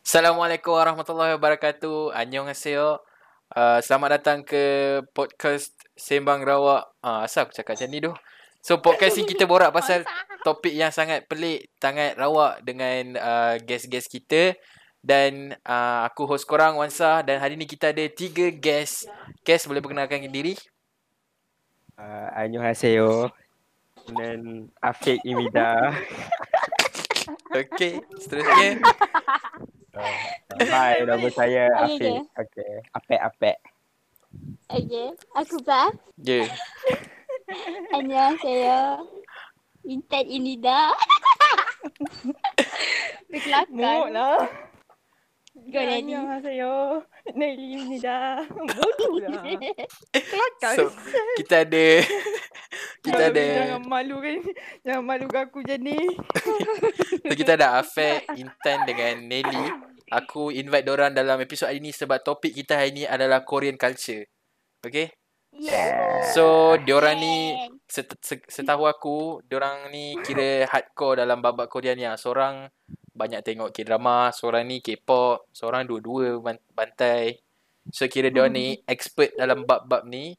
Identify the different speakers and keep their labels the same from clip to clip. Speaker 1: Assalamualaikum warahmatullahi wabarakatuh. Annyeonghaseyo. Uh, selamat datang ke podcast Sembang Rawak. Ah, asal aku cakap macam ni tu? So podcast ni kita borak pasal topik yang sangat pelik, sangat rawak dengan uh, guest-guest kita dan uh, aku host korang Wansa dan hari ni kita ada tiga guest. Guest boleh perkenalkan diri.
Speaker 2: Uh, 안녕하세요. 저는 아픽입니다.
Speaker 1: Okay, seterusnya
Speaker 2: Hai, nama saya
Speaker 3: Okay,
Speaker 2: Afik. Okey. Apek Apek.
Speaker 3: Okay, aku Bah.
Speaker 1: je. Yeah.
Speaker 3: Annyeonghaseyo. Intan Inida.
Speaker 4: Muk
Speaker 3: Berkelakar.
Speaker 4: lah.
Speaker 3: Go Nani.
Speaker 4: 안녕하세요. 넬리입니다. 모두라.
Speaker 1: So kita ada kita ada
Speaker 4: Jangan malu kan. Jangan malu aku macam ni.
Speaker 1: so, kita ada Afek, Intan dengan Nelly. Aku invite dorang dalam episod hari ni sebab topik kita hari ni adalah Korean culture. Okay? So diorang ni set, se- setahu aku diorang ni kira hardcore dalam babak Korean yang seorang banyak tengok K-drama, seorang ni K-pop, seorang dua-dua ban- bantai. So kira diorang ni expert dalam bab-bab ni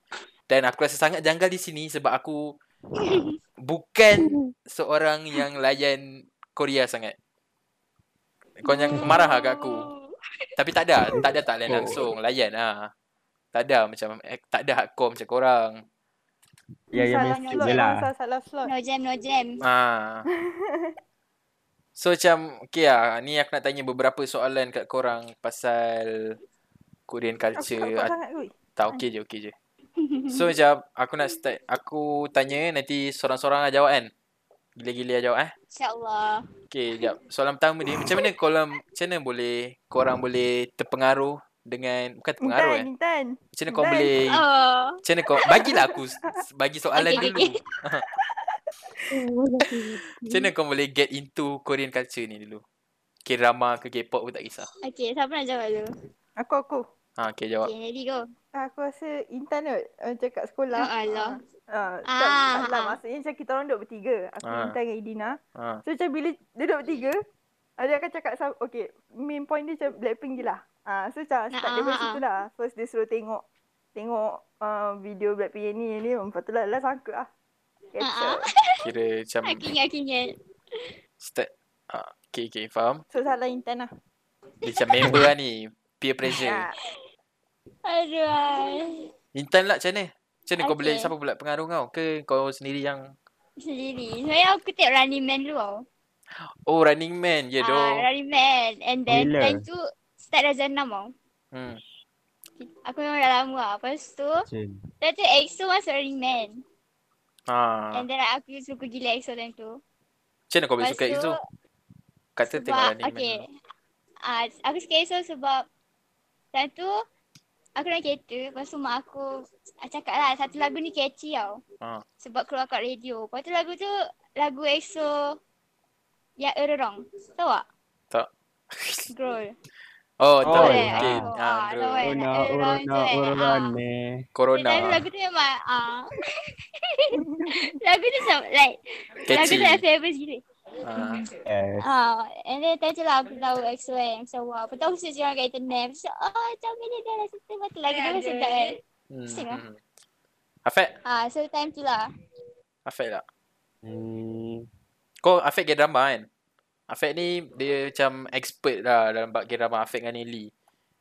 Speaker 1: dan aku rasa sangat janggal di sini sebab aku bukan seorang yang layan Korea sangat. Kau yang marah lah kat aku. Tapi tak ada, tak ada tak layan langsung, layan ah. Tak ada macam eh, tak ada hardcore macam korang.
Speaker 2: Ya, ya,
Speaker 4: salah
Speaker 2: mesti
Speaker 4: slot
Speaker 2: je
Speaker 4: lah.
Speaker 2: lah.
Speaker 4: Salah, salah slot.
Speaker 3: No jam, no jam.
Speaker 1: Ah. So macam okay lah Ni aku nak tanya beberapa soalan kat korang Pasal Korean
Speaker 4: Aku
Speaker 1: culture
Speaker 4: tak kuat sangat kot.
Speaker 1: Tak okay je okay je So macam aku nak start Aku tanya nanti seorang-seorang lah jawab kan Gila-gila lah jawab eh
Speaker 3: InsyaAllah.
Speaker 1: Okay jap Soalan pertama dia Macam mana korang Macam mana boleh Korang boleh terpengaruh Dengan Bukan terpengaruh
Speaker 4: Intan,
Speaker 1: eh
Speaker 4: Intan.
Speaker 1: Macam mana korang
Speaker 4: Dan-
Speaker 1: boleh
Speaker 3: Oh.
Speaker 1: Macam mana korang Bagilah aku s- s- Bagi soalan
Speaker 3: Okay, okay,
Speaker 1: dulu Macam mana kau boleh get into Korean culture ni dulu? K-drama ke K-pop pun tak kisah.
Speaker 3: Okay, siapa nak jawab dulu?
Speaker 4: Aku, aku.
Speaker 1: Ha, okay jawab.
Speaker 3: Okay, Nadi go.
Speaker 4: Aku rasa Intan kot. Macam kat sekolah.
Speaker 3: Oh, Allah.
Speaker 4: Ah, tak,
Speaker 3: Ah.
Speaker 4: tak lah. Maksudnya macam kita orang duduk bertiga. Aku,
Speaker 1: Ah.
Speaker 4: Intan dengan Idina.
Speaker 1: Ha.
Speaker 4: So macam bila dia duduk bertiga ah, Dia akan cakap sama Okay main point dia macam Blackpink je lah ah, So macam
Speaker 3: Nah,
Speaker 4: start
Speaker 3: ah,
Speaker 4: daripada
Speaker 3: ah.
Speaker 4: situ lah First dia suruh tengok Tengok uh, video Blackpink yang ni yang ni Lepas tu lah lah sangka lah
Speaker 3: Ah,
Speaker 4: Kacau.
Speaker 1: Kira macam
Speaker 3: Aku ingat, aku ingat.
Speaker 1: start. Ha, okay, okay, faham.
Speaker 4: So salah Intan lah
Speaker 1: Dia macam member lah ni. Peer pressure.
Speaker 3: Ya.
Speaker 4: Ah,
Speaker 3: Aduh. ai.
Speaker 1: Intan lah macam mana? Macam mana kau boleh,
Speaker 3: Okay.
Speaker 1: siapa pula pengaruh kau? Ke kau sendiri yang,
Speaker 3: Sendiri. Sebenarnya aku tengok Running Man dulu tau.
Speaker 1: oh Running Man je doh.
Speaker 3: Ah, Running Man. And then
Speaker 2: Gila.
Speaker 3: time tu start darjah 6 tau.
Speaker 1: Hmm.
Speaker 3: Aku memang dah lama lah. Lepas tu, dah tu EXO masuk Running Man.
Speaker 1: Ha.
Speaker 3: And then like, aku suka gila EXO time tu.
Speaker 1: Macam mana kau boleh Oh,
Speaker 3: Lepas
Speaker 1: suka EXO? Kata tengok
Speaker 3: sebab,
Speaker 1: Running Man.
Speaker 3: okay.
Speaker 1: dulu.
Speaker 3: Ah, aku suka EXO sebab time tu aku naik kereta. Lepas tu mak aku ah, cakap lah satu lagu ni catchy tau.
Speaker 1: Ah.
Speaker 3: Sebab keluar kat radio. Lepas tu lagu tu lagu EXO Ya Erorong. Tahu tak?
Speaker 1: Tak.
Speaker 3: Growl.
Speaker 1: Oh, tahu.
Speaker 2: Oh,
Speaker 1: eh.
Speaker 2: ya.
Speaker 1: Okay. Ha,
Speaker 3: Ah,
Speaker 1: bro.
Speaker 3: tahu eh.
Speaker 2: Urona,
Speaker 3: Orang
Speaker 2: urona,
Speaker 3: tu, eh.
Speaker 2: urona
Speaker 3: Ah.
Speaker 2: ne.
Speaker 1: Corona.
Speaker 3: Tapi lagu tu memang ah. lagu tu macam like lagu
Speaker 1: Catchy.
Speaker 3: tu like famous gila.
Speaker 1: Ha.
Speaker 2: Yes.
Speaker 3: Ah, and then tadi lah aku tahu EXO kan Macam wow Lepas tu aku search orang kat internet Macam oh macam ni dia dah cerita Mata lagu dia pun sedap kan
Speaker 1: Hmm.
Speaker 3: Pusing lah.
Speaker 1: hmm. Afek,
Speaker 3: Ah, so time tu lah
Speaker 1: Afek lah.
Speaker 2: Hmm.
Speaker 1: Kau Afiq K-drama kan? Afiq ni dia macam expert lah dalam bab K-drama Afiq dengan Nelly.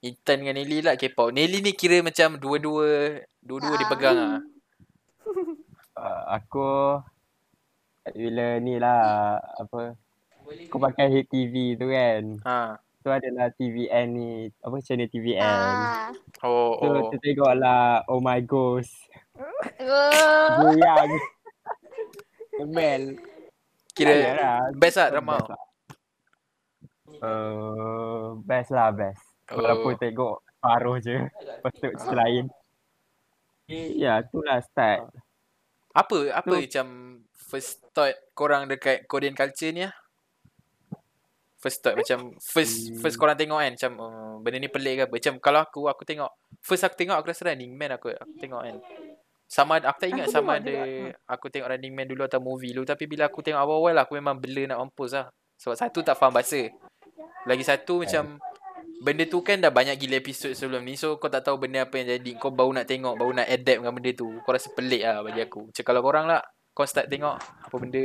Speaker 1: Intan dengan Nelly lah K-pop. Nelly ni kira macam dua-dua dua-dua
Speaker 3: Ah.
Speaker 1: dia pegang lah.
Speaker 2: Uh, aku bila ni lah apa aku pakai hit TV tu kan.
Speaker 1: Ha.
Speaker 2: Tu adalah TVN ni. Apa channel TVN.
Speaker 3: Ah,
Speaker 1: Oh,
Speaker 2: So
Speaker 1: oh.
Speaker 2: tu tengok lah Oh My Ghost.
Speaker 3: oh.
Speaker 2: Goyang. Gemel. Ayah
Speaker 1: Kira
Speaker 2: lah.
Speaker 1: best lah drama.
Speaker 2: Best lah. Uh, best lah best.
Speaker 1: Oh.
Speaker 2: Walaupun tengok paruh je. Lepas tu cerita lain. Eh, Ya, tu lah start.
Speaker 1: Apa apa
Speaker 2: Tu.
Speaker 1: macam first thought korang dekat Korean culture ni lah? First thought macam first
Speaker 2: Hmm.
Speaker 1: first korang tengok kan macam uh, benda ni pelik ke apa. Macam kalau aku aku tengok first aku tengok aku rasa Running Man aku aku tengok kan. Sama ada- aku tak ingat
Speaker 4: Aku
Speaker 1: sama
Speaker 4: tengok
Speaker 1: ada
Speaker 4: juga. Hmm.
Speaker 1: aku tengok Running Man dulu atau movie dulu tapi bila aku lah. tengok awal-awal aku memang blur nak mampus lah. Sebab satu tak faham bahasa. Lagi satu macam Benda tu kan dah banyak gila episod sebelum ni So kau tak tahu benda apa yang jadi Kau baru nak tengok Baru nak adapt dengan benda tu Kau rasa pelik lah bagi aku Macam kalau korang lah Kau start tengok Apa benda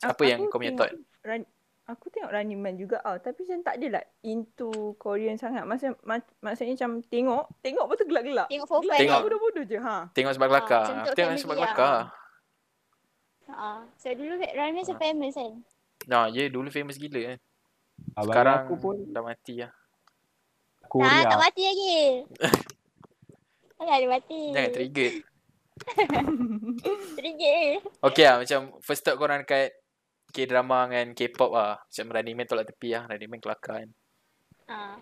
Speaker 1: Apa yang kau punya thought
Speaker 4: Ran, aku tengok Running Man juga ah tapi macam tak adalah into Korean sangat. Masa mak, maksudnya macam tengok, tengok pasal gelak-gelak.
Speaker 3: Tengok for fun.
Speaker 1: Tengok.
Speaker 4: Gelak bodoh-bodoh je ha.
Speaker 1: Tengok sebab kelakar
Speaker 3: macam
Speaker 1: Aku
Speaker 3: untuk
Speaker 1: Tengok
Speaker 3: family
Speaker 1: sebab
Speaker 3: lah.
Speaker 1: kelakar
Speaker 3: Ah, so dulu Ramen
Speaker 2: Ah.
Speaker 3: so famous kan.
Speaker 1: Nah, ya yeah, dulu famous gila kan
Speaker 2: Abang
Speaker 1: Sekarang
Speaker 2: Ah, aku pun
Speaker 1: dah mati lah
Speaker 3: Tak,
Speaker 2: Korea.
Speaker 3: tak mati lagi. Alah, dia mati.
Speaker 1: Jangan trigger
Speaker 3: Trigger.
Speaker 1: Okay lah macam First thought korang dekat K-drama dengan K-pop lah Macam Running Man tolak tepi lah Running Man kelakar kan
Speaker 3: Ah.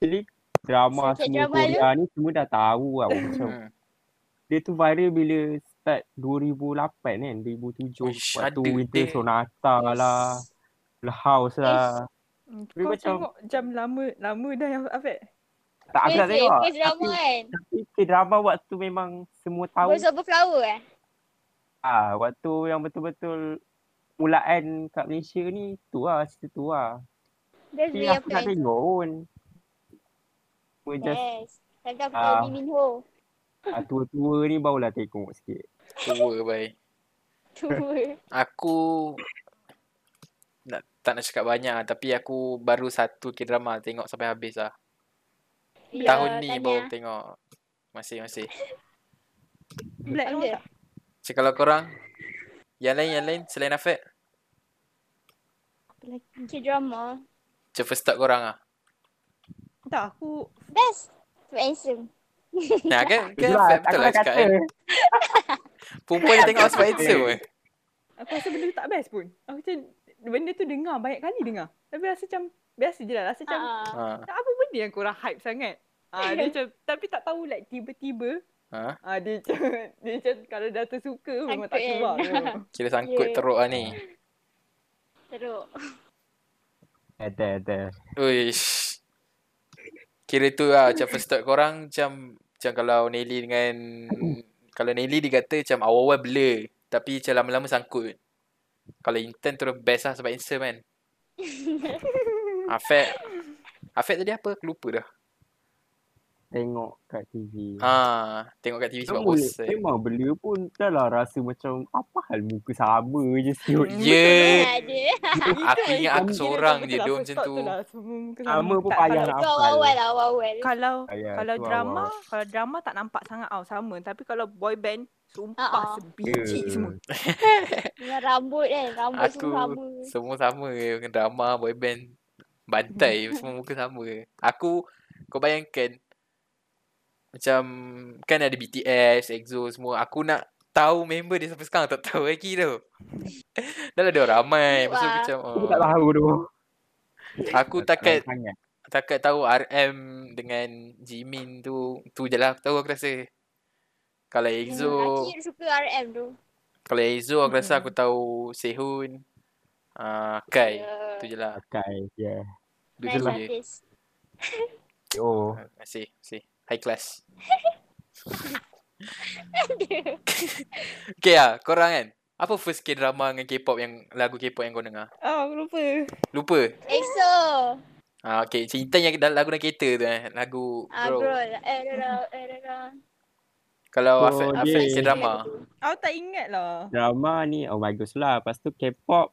Speaker 2: Actually drama
Speaker 3: Sakit
Speaker 2: semua
Speaker 3: drama
Speaker 2: Korea ni semua dah tahu lah macam
Speaker 1: hmm.
Speaker 2: dia tu viral bila start 2008 kan 2007
Speaker 1: Uish,
Speaker 2: waktu
Speaker 1: ada
Speaker 2: Winter
Speaker 1: dia.
Speaker 2: Sonata lah The House lah
Speaker 4: Hmm,
Speaker 2: Tapi
Speaker 4: Kau
Speaker 2: macam-
Speaker 4: tengok jam lama lama dah yang Afiq.
Speaker 2: tak aku tak
Speaker 3: First
Speaker 2: tengok
Speaker 3: first drama
Speaker 2: tapi,
Speaker 3: kan.
Speaker 2: tapi drama waktu memang semua tahu
Speaker 3: Ghost of Flower eh.
Speaker 2: ah waktu yang betul-betul mulaan kat Malaysia ni tu lah cerita tu lah
Speaker 3: Best
Speaker 2: tapi
Speaker 3: way
Speaker 2: aku
Speaker 3: apa
Speaker 2: tak
Speaker 3: yang
Speaker 2: tengok pun
Speaker 4: Eh.
Speaker 2: cuma just
Speaker 3: Yes. Tapi aku
Speaker 2: Ah.
Speaker 3: tahu Lee Min Ho.
Speaker 2: ah, tua-tua ni barulah tengok sikit
Speaker 1: Tua baik
Speaker 3: Tu.
Speaker 1: Aku nak, tak nak cakap banyak lah, tapi aku baru satu K-drama tengok sampai habis lah.
Speaker 3: Ya,
Speaker 1: Tahun ni
Speaker 3: tanya.
Speaker 1: baru tengok. Masih-masih.
Speaker 4: Black
Speaker 3: Ada.
Speaker 4: tengok tak?
Speaker 1: So kalau korang, yang lain, yang lain selain Afiq,
Speaker 4: Apa lagi?
Speaker 3: K-drama.
Speaker 1: macam first start korang lah.
Speaker 4: Tak aku
Speaker 3: Best. Tu handsome.
Speaker 1: Nah kan, kan
Speaker 2: Itulah,
Speaker 1: Afiq betul lah
Speaker 2: dah
Speaker 1: cakap kan. Perempuan dia tengok sebab handsome eh. ke?
Speaker 4: aku rasa benda tu tak best pun. Aku macam benda tu dengar banyak kali dengar. Tapi rasa macam biasa je lah. Rasa macam
Speaker 3: Ah.
Speaker 1: Ha.
Speaker 4: tak apa benda yang korang hype sangat. Ah dia macam tapi tak tahu like tiba-tiba
Speaker 1: ha.
Speaker 4: ah dia macam dia macam kalau dah tersuka memang tak
Speaker 3: Sangkut kan.
Speaker 4: keluar.
Speaker 1: Kira sangkut
Speaker 3: Yeah.
Speaker 1: teruk lah ni.
Speaker 3: Teruk.
Speaker 2: ada ada
Speaker 1: Uish. Kira tu lah macam first thought korang macam macam kalau Nelly dengan kalau Nelly dia kata macam awal-awal blur tapi macam lama-lama sangkut. Kalau intern terus best lah sebab handsome kan. Afek Afek tadi apa? Aku lupa dah.
Speaker 2: tengok kat TV
Speaker 1: Ah, tengok kat TV sebab eh.
Speaker 2: Memang-
Speaker 1: bosan.
Speaker 2: Memang beliau pun dah lah rasa macam apa hal muka sama je siut.
Speaker 4: Hmm.
Speaker 1: Ya. Yeah.
Speaker 3: Mana kan ada.
Speaker 1: Aku ingat aku seorang je dia macam tu.
Speaker 4: lah.
Speaker 2: Sama pun
Speaker 4: Tak,
Speaker 2: payah nak
Speaker 4: kalau-
Speaker 3: Itu
Speaker 2: hafal.
Speaker 3: awal-awal lah, awal-awal.
Speaker 4: Kalau
Speaker 2: Ayah,
Speaker 4: kalau
Speaker 2: tu
Speaker 4: drama,
Speaker 2: awal.
Speaker 4: kalau drama tak nampak sangat tau sama. Tapi kalau boy band,
Speaker 3: Ah, ah.
Speaker 4: sumpah sebiji
Speaker 2: Ya.
Speaker 4: semua.
Speaker 3: Dengan rambut kan. Rambut
Speaker 1: Aku
Speaker 3: semua sama.
Speaker 1: semua sama je dengan drama boy band bantai semua muka sama. je. Aku kau bayangkan macam kan ada BTS, EXO semua. Aku nak tahu member dia sampai sekarang tak tahu lagi tu. Dah lah dia orang ramai. Lepas tu
Speaker 3: Wah.
Speaker 1: macam
Speaker 2: Aku
Speaker 1: oh,
Speaker 2: tak tahu tu.
Speaker 1: aku takat
Speaker 2: Sangat.
Speaker 1: takat tahu RM dengan Jimin tu tu je lah aku tahu aku rasa. Kalau
Speaker 3: Hmm,
Speaker 1: EXO,
Speaker 3: Aku suka RM tu.
Speaker 1: kalau EXO aku rasa aku tahu Sehun, ah Kai.
Speaker 3: Ya.
Speaker 1: Tu je lah.
Speaker 2: Pakai je.
Speaker 1: Tu je
Speaker 3: Nice
Speaker 1: lah.
Speaker 3: artist.
Speaker 2: Oh,
Speaker 1: Masih, masih. High class. okay lah, korang kan? Apa first K-drama dengan K-pop yang lagu K-pop yang kau dengar?
Speaker 4: Ah, aku lupa.
Speaker 1: Lupa.
Speaker 3: EXO.
Speaker 1: Ah, okay. Macam Intan yang dah- lagu dalam kereta tu eh. Lagu
Speaker 3: Ah,
Speaker 1: bro.
Speaker 3: bro. Eh, dah, dah, eh, dah, dah.
Speaker 1: Kalau
Speaker 2: Oh,
Speaker 1: Afiq, Afiq
Speaker 2: yeah.
Speaker 1: K-drama.
Speaker 4: Aku tak ingat lah.
Speaker 2: drama ni oh bagus lah. Lepas tu K-pop.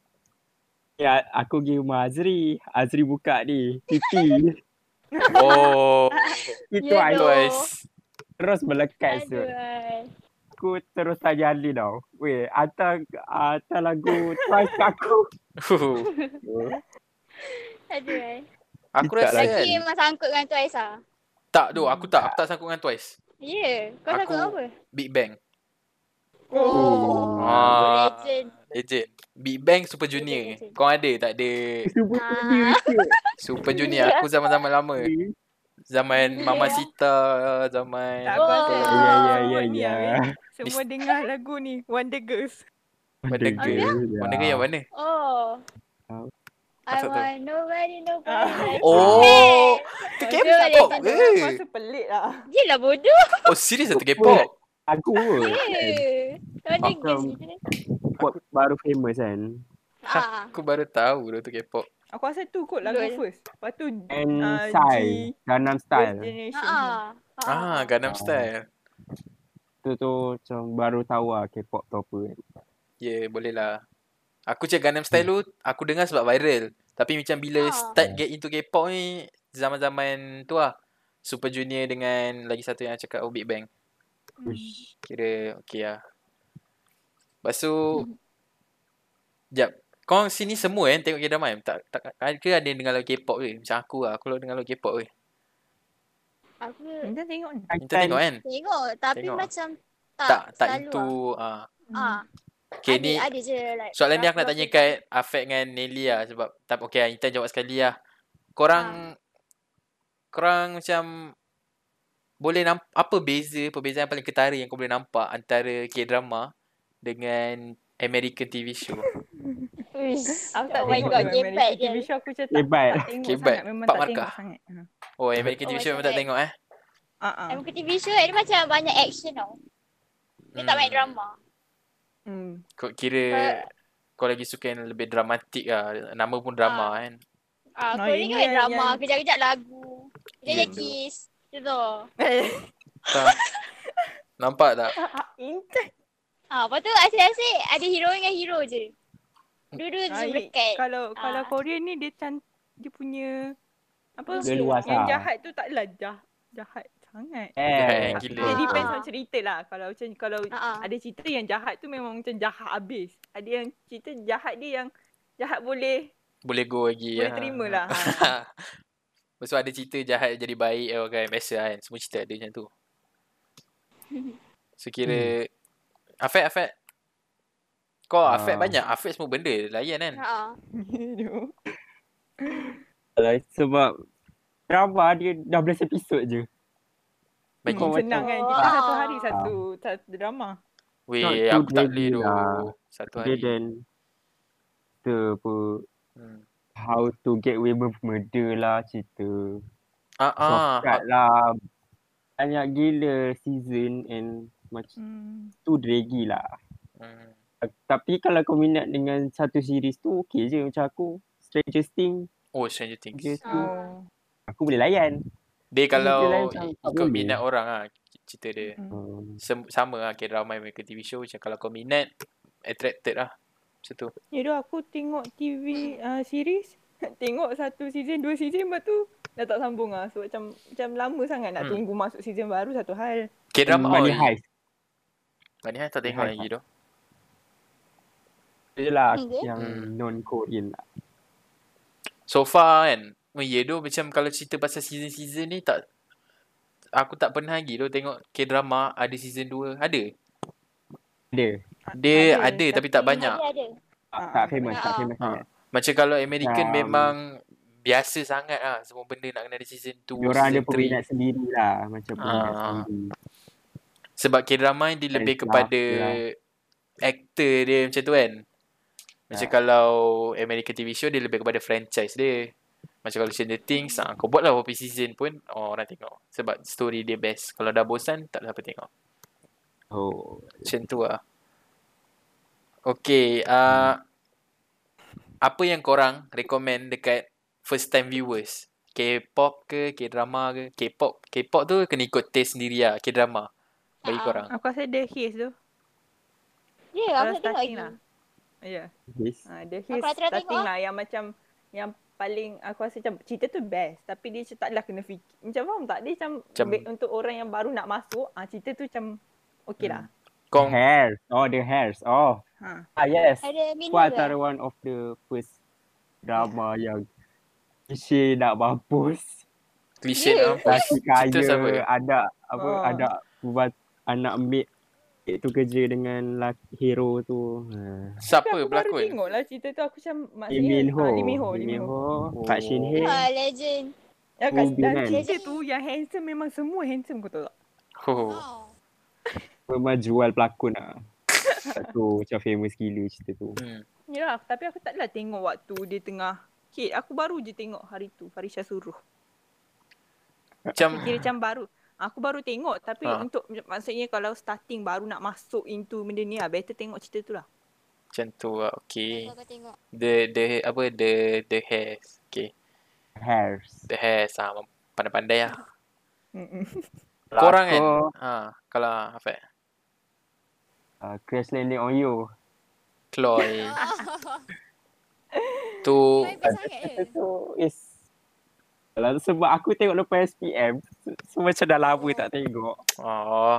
Speaker 2: Ya, aku pergi rumah Azri. Azri buka ni. TV.
Speaker 1: Oh.
Speaker 2: Itu
Speaker 3: Ya,
Speaker 2: yeah,
Speaker 3: doh.
Speaker 1: Twice.
Speaker 2: terus melekat
Speaker 3: Aduh.
Speaker 2: siut. Aku terus tanya Ali tau. Weh, hantar, hantar lagu Twice kat aku.
Speaker 3: Aduh.
Speaker 1: aku
Speaker 2: Tidak
Speaker 1: rasa
Speaker 2: lagi.
Speaker 1: kan.
Speaker 3: Lagi memang sangkut dengan Twice lah.
Speaker 1: Tak tu, aku tak. Aku tak sangkut dengan Twice.
Speaker 3: Ya. Yeah. Kau sangkut
Speaker 1: Aku-
Speaker 3: apa?
Speaker 1: Big Bang.
Speaker 2: Oh.
Speaker 1: Ah.
Speaker 3: Legend.
Speaker 1: Legend. Big Bang Super Junior.
Speaker 3: Legend.
Speaker 1: Kau ada tak ada
Speaker 2: Super
Speaker 3: Ah.
Speaker 1: Super Junior? Aku zaman-zaman lama.
Speaker 2: Junior.
Speaker 1: Zaman Mama
Speaker 3: Ya.
Speaker 1: Sita, zaman
Speaker 4: Tak, aku rasa
Speaker 3: Oh.
Speaker 2: Ya,
Speaker 4: semua-
Speaker 2: ya,
Speaker 4: semua
Speaker 2: ya,
Speaker 4: ni,
Speaker 2: ya.
Speaker 4: Amin. Semua dengar lagu ni, Wonder Girls.
Speaker 1: Wonder
Speaker 2: ya.
Speaker 1: Girl. Wonder Girl yang mana?
Speaker 3: Oh.
Speaker 2: Tahu.
Speaker 3: I
Speaker 1: Asal tu?
Speaker 3: want nobody, nobody.
Speaker 4: Ah.
Speaker 3: like
Speaker 1: Oh, tu K-pop tak
Speaker 3: Wonder Girl
Speaker 1: pop
Speaker 3: yang
Speaker 1: ke?
Speaker 4: Aku rasa pelik lah.
Speaker 1: Ah.
Speaker 3: you. Yelah bodoh.
Speaker 1: Oh, serius tu K-pop?
Speaker 2: Aku pun.
Speaker 3: Yeah. Wonder
Speaker 2: Aku-
Speaker 3: Girls gitu.
Speaker 2: Aku baru famous kan.
Speaker 3: Ah.
Speaker 1: Aku baru tahu tu K-pop.
Speaker 4: Aku rasa tu kot lagu
Speaker 3: Betul.
Speaker 4: first. Lepas tu
Speaker 2: And
Speaker 4: ah,
Speaker 2: Psy, Gangnam
Speaker 4: Girls'
Speaker 2: Style.
Speaker 4: Generation. ni.
Speaker 3: Ha.
Speaker 1: Ah, Gangnam Style.
Speaker 2: Tu tu macam baru tahu lah K-pop tu apa. kan.
Speaker 1: Ya, yeah, boleh lah. Aku cek Gangnam Style tu, aku dengar sebab viral. Tapi macam bila
Speaker 3: Ah.
Speaker 1: start get into K-pop ni, zaman-zaman tu lah. Super Junior dengan lagi satu yang cakap oh Big Bang.
Speaker 2: Ush.
Speaker 1: Kira okey lah. Lepas tu, jap. Korang sini semua kan tengok K-drama kan? Tak, tak, ke ada yang dengar lagu K-pop ke? Macam aku lah. Aku lalu dengar lagu K-pop ke.
Speaker 3: Aku
Speaker 4: Kita tengok ni.
Speaker 1: Kita tengok kan?
Speaker 3: tengok tapi
Speaker 1: Tengok.
Speaker 3: tengok. macam tak
Speaker 1: Tak, tak
Speaker 3: selalu lah.
Speaker 1: itu. Ah.
Speaker 3: Ah,
Speaker 1: Okay, ni
Speaker 3: ada je like
Speaker 1: Soalan ni aku nak tanya
Speaker 3: berapa-
Speaker 1: kat Afiq dengan Nelly lah sebab tak okey Intan jawab sekali lah. Korang korang macam boleh namp- apa beza perbezaan paling ketara yang kau boleh nampak antara K-drama dengan American TV show.
Speaker 3: Uish.
Speaker 4: Aku
Speaker 3: Oh
Speaker 4: tak
Speaker 3: my
Speaker 4: tengok
Speaker 3: god,
Speaker 4: dulu
Speaker 3: gebet
Speaker 4: American
Speaker 3: je.
Speaker 4: TV show aku macam tak,
Speaker 2: Kebat.
Speaker 4: tak tengok
Speaker 1: Gebet.
Speaker 4: sangat. Memang
Speaker 1: Pak
Speaker 4: tak
Speaker 1: Markah.
Speaker 4: tengok sangat. Ha.
Speaker 1: Oh, American TV
Speaker 3: Oh,
Speaker 1: show memang tak
Speaker 3: macam
Speaker 1: tengok eh.
Speaker 4: Ah, ah.
Speaker 3: American TV show dia macam banyak action tau. Dia
Speaker 1: Hmm.
Speaker 3: tak banyak drama.
Speaker 4: Hmm.
Speaker 1: Kau kira kau lagi suka yang lebih dramatik lah. Nama pun drama kan.
Speaker 3: Ah,
Speaker 4: Nah,
Speaker 3: Korea kan
Speaker 4: ini
Speaker 3: banyak
Speaker 4: yang-
Speaker 3: drama,
Speaker 4: yang-
Speaker 3: kejap-kejap lagu.
Speaker 1: Ya,
Speaker 3: Kejap-kejap
Speaker 1: tu.
Speaker 3: kiss. Gitu tu.
Speaker 1: Tak. Nampak tak?
Speaker 4: Intan.
Speaker 3: Ah, lepas tu asyik-asyik ada hero dengan hero je. Dua-dua
Speaker 4: Ah,
Speaker 3: je
Speaker 4: i-
Speaker 3: berdekat.
Speaker 4: Kalau kalau
Speaker 3: Ah.
Speaker 4: Korea ni dia can, dia punya apa?
Speaker 2: Dia luas
Speaker 4: Yang
Speaker 2: lah.
Speaker 4: jahat tu tak adalah jah, jahat sangat.
Speaker 1: Jahat
Speaker 2: Eh.
Speaker 1: yang
Speaker 4: Tapi
Speaker 1: gila.
Speaker 4: Dia depends
Speaker 3: Ah.
Speaker 4: on cerita lah. Kalau macam kalau
Speaker 3: Ah, ah.
Speaker 4: ada cerita yang jahat tu memang macam jahat habis. Ada yang cerita jahat dia yang jahat boleh
Speaker 1: Boleh go lagi.
Speaker 4: boleh
Speaker 1: ah.
Speaker 4: terima lah. Ha.
Speaker 1: Lepas tu ada cerita jahat jadi baik eh, kan biasa kan. Semua cerita ada macam tu. So kira Afek Afek kau
Speaker 2: Hmm. Ah.
Speaker 1: Afek banyak Afek semua benda layan kan.
Speaker 3: Ha.
Speaker 4: Aduh.
Speaker 2: Alah, sebab drama dia dah belas episod je.
Speaker 1: Banyak.
Speaker 2: Kau
Speaker 4: Hmm,
Speaker 2: macam-
Speaker 4: senang kan kita
Speaker 3: Ah.
Speaker 4: satu hari satu, satu drama.
Speaker 2: Not
Speaker 1: Weh
Speaker 2: too
Speaker 1: aku tak boleh
Speaker 2: heavy
Speaker 1: tu.
Speaker 2: lah.
Speaker 1: Satu
Speaker 2: Dia
Speaker 1: hari.
Speaker 2: dan cerita apa
Speaker 1: Hmm.
Speaker 2: how to get away with murder lah cerita.
Speaker 1: Ah ah.
Speaker 2: Shortcut lah. Banyak gila season and macam
Speaker 4: Hmm.
Speaker 2: tu draggy lah.
Speaker 1: Hmm.
Speaker 2: Tapi kalau kau minat dengan satu series tu okey je macam aku Stranger Things
Speaker 1: Oh Stranger Things.
Speaker 2: Stranger Things
Speaker 4: Oh.
Speaker 2: aku boleh layan.
Speaker 1: Dia
Speaker 2: lain
Speaker 1: kalau
Speaker 2: macam tak
Speaker 1: ikut
Speaker 2: boleh.
Speaker 1: minat orang ah cerita dia.
Speaker 4: Hmm.
Speaker 2: Hmm.
Speaker 1: Sem- sama lah kira ramai mereka TV show macam kalau kau minat attracted lah. Macam tu.
Speaker 4: Ya dah aku tengok TV uh, series. Tengok satu season, dua season lepas tu dah tak sambung lah. So macam macam lama sangat nak
Speaker 1: Hmm.
Speaker 4: tunggu masuk season baru satu hal.
Speaker 1: K-drama
Speaker 2: Money
Speaker 1: oh,
Speaker 2: Heist.
Speaker 1: Money Heist tak tengok
Speaker 2: Money
Speaker 1: lagi tu.
Speaker 2: Tu je lah
Speaker 3: Hmm,
Speaker 2: yang
Speaker 1: Hmm.
Speaker 2: non Korean lah.
Speaker 1: So far kan Oh ya tu macam kalau cerita pasal season-season ni tak Aku tak pernah lagi tu tengok K-drama ada season 2 Ada?
Speaker 2: Ada.
Speaker 1: Dia ada, tapi tak banyak
Speaker 3: Ada ada.
Speaker 2: Tak,
Speaker 4: Ah,
Speaker 2: tak famous, tak
Speaker 3: ah.
Speaker 2: famous
Speaker 1: Ah.
Speaker 2: sangat.
Speaker 1: Macam kalau American
Speaker 2: Macam-
Speaker 1: memang Biasa sangat lah Semua benda nak kena ada season 2
Speaker 2: Diorang ada
Speaker 1: season three.
Speaker 2: peminat sendiri lah macam peminat
Speaker 1: Ah.
Speaker 2: sendiri.
Speaker 1: Sebab K-drama ni dia lebih
Speaker 2: Self-love
Speaker 1: kepada
Speaker 2: je lah.
Speaker 1: Actor dia macam tu kan Macam
Speaker 2: Ya.
Speaker 1: kalau American TV show dia lebih kepada franchise dia Macam kalau Stranger Things ah, Kau buat lah berapa season pun oh, Orang tengok Sebab story dia best Kalau dah bosan tak ada apa tengok
Speaker 2: Oh.
Speaker 1: Macam tu lah. Okay. Uh, apa yang korang recommend dekat first time viewers? K-pop ke, K-drama ke? K-pop K-pop tu kena ikut taste sendiri lah. K-drama. Bagi
Speaker 3: Ah.
Speaker 1: korang.
Speaker 4: Aku rasa The Haze tu.
Speaker 3: Ya, aku
Speaker 4: Kalau
Speaker 3: nak tengok
Speaker 4: starting
Speaker 3: lagi.
Speaker 4: lah. Ya.
Speaker 2: Yes.
Speaker 4: Ha, The
Speaker 3: Aku
Speaker 4: Hills
Speaker 3: nak try
Speaker 4: starting
Speaker 3: tengok. ah.
Speaker 4: lah yang macam yang paling aku rasa macam cerita tu best tapi dia macam tak adalah kena fikir. Macam faham tak? Dia macam,
Speaker 1: Macam-
Speaker 4: macam untuk orang yang baru nak masuk, ah cerita tu macam okey lah.
Speaker 1: Kong.
Speaker 2: Hairs. Oh, the hairs. Oh.
Speaker 4: Ha.
Speaker 2: Ah, yes.
Speaker 3: Ada
Speaker 2: Aku
Speaker 3: minat
Speaker 2: antara one of the first drama yang Ishi nak mampus.
Speaker 1: Cliche yeah.
Speaker 3: Ya.
Speaker 2: Laki
Speaker 1: Cerita siapa?
Speaker 2: kaya, anak apa,
Speaker 4: Oh.
Speaker 2: anak buat anak maid itu kerja dengan laki, hero tu. Ha.
Speaker 1: Siapa
Speaker 4: Tapi aku baru
Speaker 1: pelakon?
Speaker 4: tengok lah cerita tu aku macam
Speaker 2: Lee
Speaker 4: maksudnya
Speaker 2: Min Ho.
Speaker 4: ah, Lee Min Ho, Lee Min Ho.
Speaker 1: Oh.
Speaker 2: Park Shin Hye.
Speaker 3: Ah, legend.
Speaker 4: Ya kat
Speaker 2: Movie
Speaker 4: dalam
Speaker 2: kan?
Speaker 4: cerita tu yang handsome memang semua handsome kau tahu tak?
Speaker 1: Oh.
Speaker 3: Oh.
Speaker 2: Memang jual pelakon lah. Satu macam famous gila cerita tu.
Speaker 1: Hmm.
Speaker 4: Yalah, Ya, tapi aku tak adalah tengok waktu dia tengah Kid, aku baru je tengok hari tu, Farisha suruh.
Speaker 1: Macam
Speaker 4: Kira macam baru. Aku baru tengok tapi
Speaker 1: Hmm. Ha.
Speaker 4: ha. untuk maksudnya kalau starting baru nak masuk into benda ni lah better tengok cerita tu lah.
Speaker 1: Macam tu lah. Okay.
Speaker 3: Kau tengok.
Speaker 1: The, the, apa, the, the hairs. Okay.
Speaker 2: Hairs.
Speaker 1: The hairs. Ha, pandai-pandai lah.
Speaker 4: Mm-mm.
Speaker 1: Korang kan?
Speaker 2: Aku,
Speaker 1: Ha, kalau Hafiz.
Speaker 2: Uh, Chris landing on you.
Speaker 1: Chloe.
Speaker 3: Oh,
Speaker 1: tu.
Speaker 3: baik sangat ke?
Speaker 2: So, is kalau sebab aku tengok lepas SPM se- so, macam dah lama tak tengok.
Speaker 1: Oh.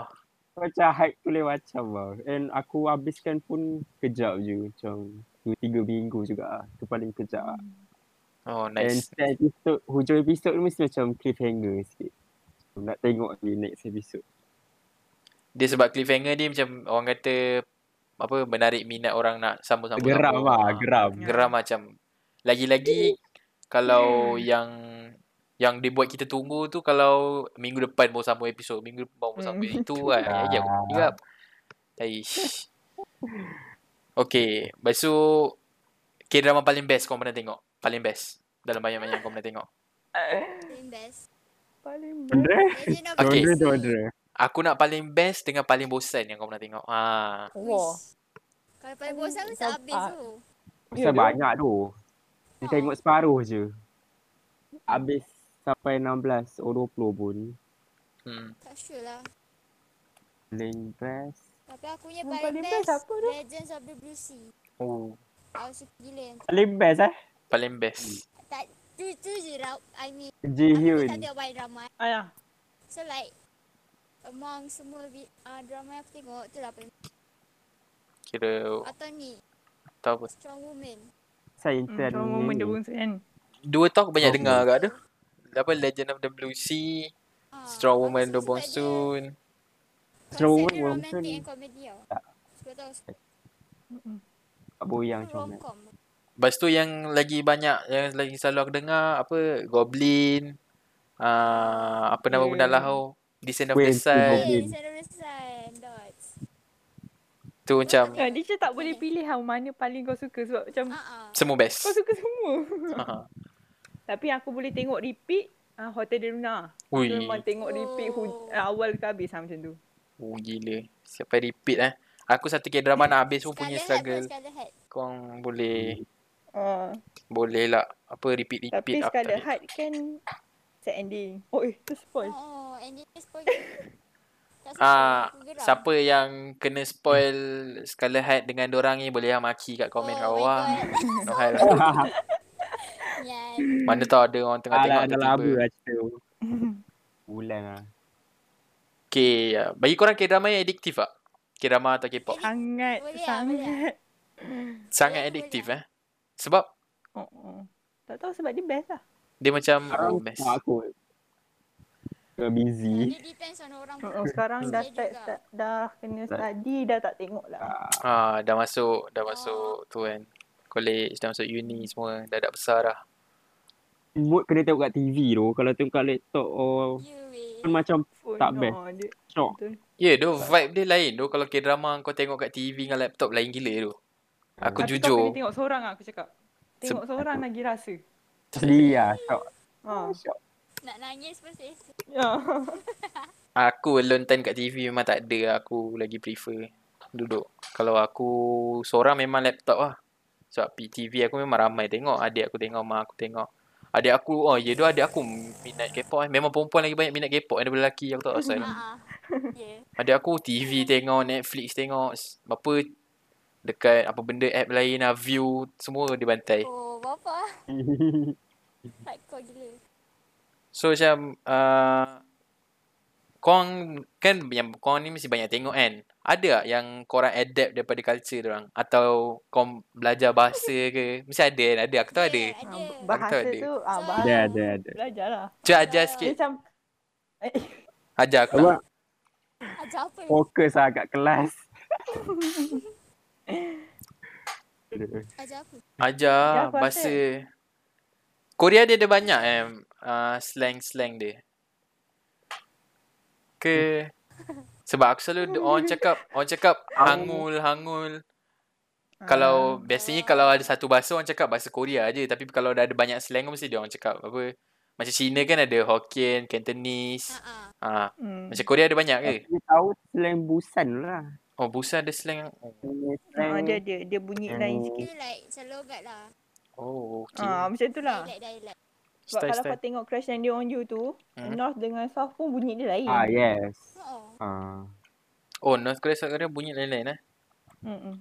Speaker 2: Macam hype tu lain macam lah. And aku habiskan pun kejap je. Macam 2-3 minggu juga lah. Tu paling kejap lah.
Speaker 1: Oh,
Speaker 2: And
Speaker 1: nice.
Speaker 2: setiap episode, hujung episode tu mesti macam cliffhanger sikit. Macam Nak tengok ni next episode.
Speaker 1: Dia sebab cliffhanger ni macam orang kata apa menarik minat orang nak sama-sama.
Speaker 2: Geram
Speaker 1: sambung.
Speaker 2: lah,
Speaker 1: Ha.
Speaker 2: geram.
Speaker 1: Geram macam lagi-lagi kalau yang yang dia buat kita tunggu tu kalau minggu depan baru sambung episod, minggu depan baru sambung
Speaker 4: Hmm,
Speaker 1: itu kan.
Speaker 2: lah.
Speaker 1: Ya, aku cakap. Aish. Okay, lepas tu K-drama paling best kau pernah tengok? Paling best dalam banyak-banyak kau pernah tengok.
Speaker 3: Paling best.
Speaker 4: Paling best.
Speaker 2: Benda?
Speaker 3: Legend of
Speaker 1: Okay.
Speaker 2: Genre
Speaker 3: Oasis.
Speaker 2: tu benda.
Speaker 1: Aku nak paling best dengan paling bosan yang kau pernah tengok. Ha.
Speaker 4: Wah.
Speaker 3: Kalau paling bosan mesti
Speaker 4: Sabar.
Speaker 3: habis tu.
Speaker 2: Pasal
Speaker 4: Ya,
Speaker 2: banyak tu. Dia tengok separuh je. Habis sampai 16 or 20 pun.
Speaker 1: Hmm.
Speaker 3: Tak sure lah.
Speaker 2: Paling best.
Speaker 3: Tapi aku punya
Speaker 4: Yang
Speaker 3: paling,
Speaker 4: paling best
Speaker 3: best,
Speaker 4: apa tu?
Speaker 3: Legends of the Blue Sea.
Speaker 1: Oh,
Speaker 3: Aku suka gila yang tu.
Speaker 2: Paling best eh.
Speaker 1: paling best.
Speaker 3: Tak, tu, tu je lah. I mean,
Speaker 2: Ji
Speaker 3: aku tak
Speaker 2: Hyun.
Speaker 3: tengok banyak drama. eh.
Speaker 4: Ayah.
Speaker 3: So like, among semua vi- uh, drama yang aku tengok, tu lah paling
Speaker 1: Kira
Speaker 3: Atau ni,
Speaker 1: tahu apa.
Speaker 3: Strong Woman.
Speaker 2: Saya
Speaker 4: Hmm,
Speaker 2: intern.
Speaker 4: Cuma moment dia bungsu kan.
Speaker 1: Dua tau aku banyak
Speaker 2: Oh.
Speaker 1: dengar kat tu. Apa Legend of the Blue Sea,
Speaker 3: Ah,
Speaker 1: Strong Woman
Speaker 3: bagus
Speaker 1: do
Speaker 3: tu
Speaker 1: Bong
Speaker 3: sebab dia
Speaker 1: Soon.
Speaker 2: Strong
Speaker 3: konsep dia
Speaker 2: Woman
Speaker 3: romantic
Speaker 2: pun-
Speaker 3: and comedy tau.
Speaker 2: Tak.
Speaker 3: Sebab tahu
Speaker 4: Mm-mm.
Speaker 2: Tak boyang
Speaker 3: tu
Speaker 2: macam mana.
Speaker 3: romcom.
Speaker 1: Lepas tu yang lagi banyak yang lagi selalu aku dengar apa Goblin. Uh, apa nama
Speaker 4: Yeah.
Speaker 1: benda lah
Speaker 3: Hmm.
Speaker 1: kau? Descent of the
Speaker 2: Wait,
Speaker 1: Sun.
Speaker 2: Goblin.
Speaker 3: Eh, Sun of the Sun, Dots.
Speaker 1: Tu macam
Speaker 4: Ya, dia macam tak boleh pilih hang mana paling kau suka sebab macam
Speaker 3: Ah, ah.
Speaker 1: semua best.
Speaker 4: kau suka semua.
Speaker 1: Ha.
Speaker 4: Tapi yang aku boleh tengok repeat uh, Hotel de Luna.
Speaker 1: Ui.
Speaker 4: Aku memang tengok repeat
Speaker 3: Oh.
Speaker 4: hu- awal ke habis lah macam tu.
Speaker 1: Oh gila. Siapa repeat eh? Aku satu K-drama nak habis pun punya
Speaker 3: Scarlet Heart pun
Speaker 1: struggle.
Speaker 3: Scarlet Heart.
Speaker 1: Kau boleh
Speaker 4: Uh,
Speaker 1: boleh lah apa repeat-repeat
Speaker 4: tapi
Speaker 1: after
Speaker 4: Scarlet
Speaker 1: that.
Speaker 4: Heart kan sad ending. Oh, eh, tu spoil.
Speaker 3: Oh, and dia spoil. Tak suka,
Speaker 1: Ah,
Speaker 3: aku geram.
Speaker 1: Siapa yang kena spoil Scarlet Heart dengan dorang ni boleh lah maki kat komen kat
Speaker 3: Oh my
Speaker 1: bawah.
Speaker 3: God.
Speaker 1: No hal.
Speaker 3: Yan.
Speaker 1: Mana tahu ada orang tengah
Speaker 2: Alah,
Speaker 1: tengok
Speaker 2: dah lama
Speaker 1: tiba-tiba.
Speaker 2: lah cerita tu. Bulan lah.
Speaker 1: Okay, ah, bagi korang K-drama yang addiktif tak? K-drama atau K-pop?
Speaker 4: Sangat,
Speaker 3: Boleh lah,
Speaker 4: sangat.
Speaker 1: Sangat
Speaker 3: boleh
Speaker 1: addiktif eh.
Speaker 3: lah.
Speaker 1: Sebab
Speaker 4: Oh, oh. Tak tahu sebab dia best lah.
Speaker 1: dia macam
Speaker 2: Sekarang
Speaker 1: oh, mess.
Speaker 2: tak aku. Kau busy.
Speaker 3: Dia depends on orang
Speaker 4: Oh, oh, sekarang dah
Speaker 3: Saya
Speaker 4: start,
Speaker 3: juga.
Speaker 4: start, dah kena study, dah tak tengok lah.
Speaker 2: Ah,
Speaker 1: Ah, dah masuk, dah
Speaker 3: Oh.
Speaker 1: masuk tu kan. College, dah masuk uni semua. Dah dah besar dah.
Speaker 2: Mood kena tengok kat TV tu. Kalau tengok kat laptop or
Speaker 3: You weh.
Speaker 2: pun macam
Speaker 4: Phone,
Speaker 2: Tak best.
Speaker 4: oh, Dia,
Speaker 2: shock.
Speaker 4: betul.
Speaker 1: Ya, yeah, doh vibe dia lain. Doh kalau K-drama kau tengok kat TV dengan laptop lain gila doh. Aku
Speaker 4: Tapi
Speaker 1: jujur.
Speaker 4: kau kena tengok seorang lah, aku cakap. Tengok seorang lagi rasa.
Speaker 2: Sedih lah. Shock.
Speaker 4: Ha.
Speaker 2: Shock.
Speaker 3: Nak nangis pun selesa.
Speaker 4: Ya.
Speaker 1: Aku alone time kat TV memang tak ada. Aku lagi prefer duduk. Kalau aku seorang memang laptop lah. Sebab PTV aku memang ramai tengok. Adik aku tengok, mak aku tengok. Adik aku, oh ya dua adik aku minat K-pop eh. Memang perempuan lagi banyak minat K-pop eh, daripada lelaki. Aku tak tahu asal.
Speaker 3: Ah, ah. Ya.
Speaker 1: Adik aku TV tengok, Netflix tengok, s- apa dekat apa benda app lain lah, view semua dia bantai.
Speaker 3: Oh, bapa. Hardcore gila.
Speaker 1: So macam uh, Korang kan yang korang ni mesti banyak tengok kan Ada tak yang korang adapt daripada culture orang Atau korang belajar bahasa ke Mesti ada kan ada aku tahu ada
Speaker 3: Ya, ada.
Speaker 4: bahasa
Speaker 1: Aku tahu
Speaker 4: tu, ah,
Speaker 3: So-
Speaker 4: bahasa
Speaker 2: Ada, ada, ada.
Speaker 4: belajar lah.
Speaker 1: Cuk ajar
Speaker 4: Dia
Speaker 1: sikit
Speaker 4: macam, eh,
Speaker 1: Ajar aku tak
Speaker 2: Abang
Speaker 3: Ajar apa?
Speaker 2: fokus lah kat kelas.
Speaker 3: Ajar apa?
Speaker 1: Ajar
Speaker 4: Ajar bahasa.
Speaker 1: bahasa Korea dia ada banyak eh uh, Slang-slang dia Ke Sebab aku selalu orang cakap Orang cakap hangul hangul Kalau
Speaker 4: Ah.
Speaker 1: biasanya kalau ada satu bahasa orang cakap bahasa Korea aje tapi kalau dah ada banyak slang mesti dia orang cakap apa macam Cina kan ada Hokkien, Cantonese.
Speaker 3: Ha ah.
Speaker 1: Ah,
Speaker 4: Hmm. Ah.
Speaker 1: macam Korea ada banyak ke?
Speaker 2: Aku tahu slang busan lah.
Speaker 1: Oh, Busan ada slang. oh,
Speaker 4: Ha, dia dia dia bunyi
Speaker 2: Hmm.
Speaker 4: lain sikit.
Speaker 3: Dia like selogat lah.
Speaker 1: Oh, okay.
Speaker 4: Ha, macam tu lah.
Speaker 3: Dialect, dialect.
Speaker 4: Sebab
Speaker 1: Style,
Speaker 4: kalau
Speaker 1: style.
Speaker 4: kau tengok Crash Landing on You tu,
Speaker 1: Hmm.
Speaker 4: North dengan South pun bunyi dia lain.
Speaker 2: Ah, yes.
Speaker 3: Oh.
Speaker 2: Ah.
Speaker 1: Oh, North Korea, South Korea bunyi lain-lain eh.
Speaker 4: Mm-mm.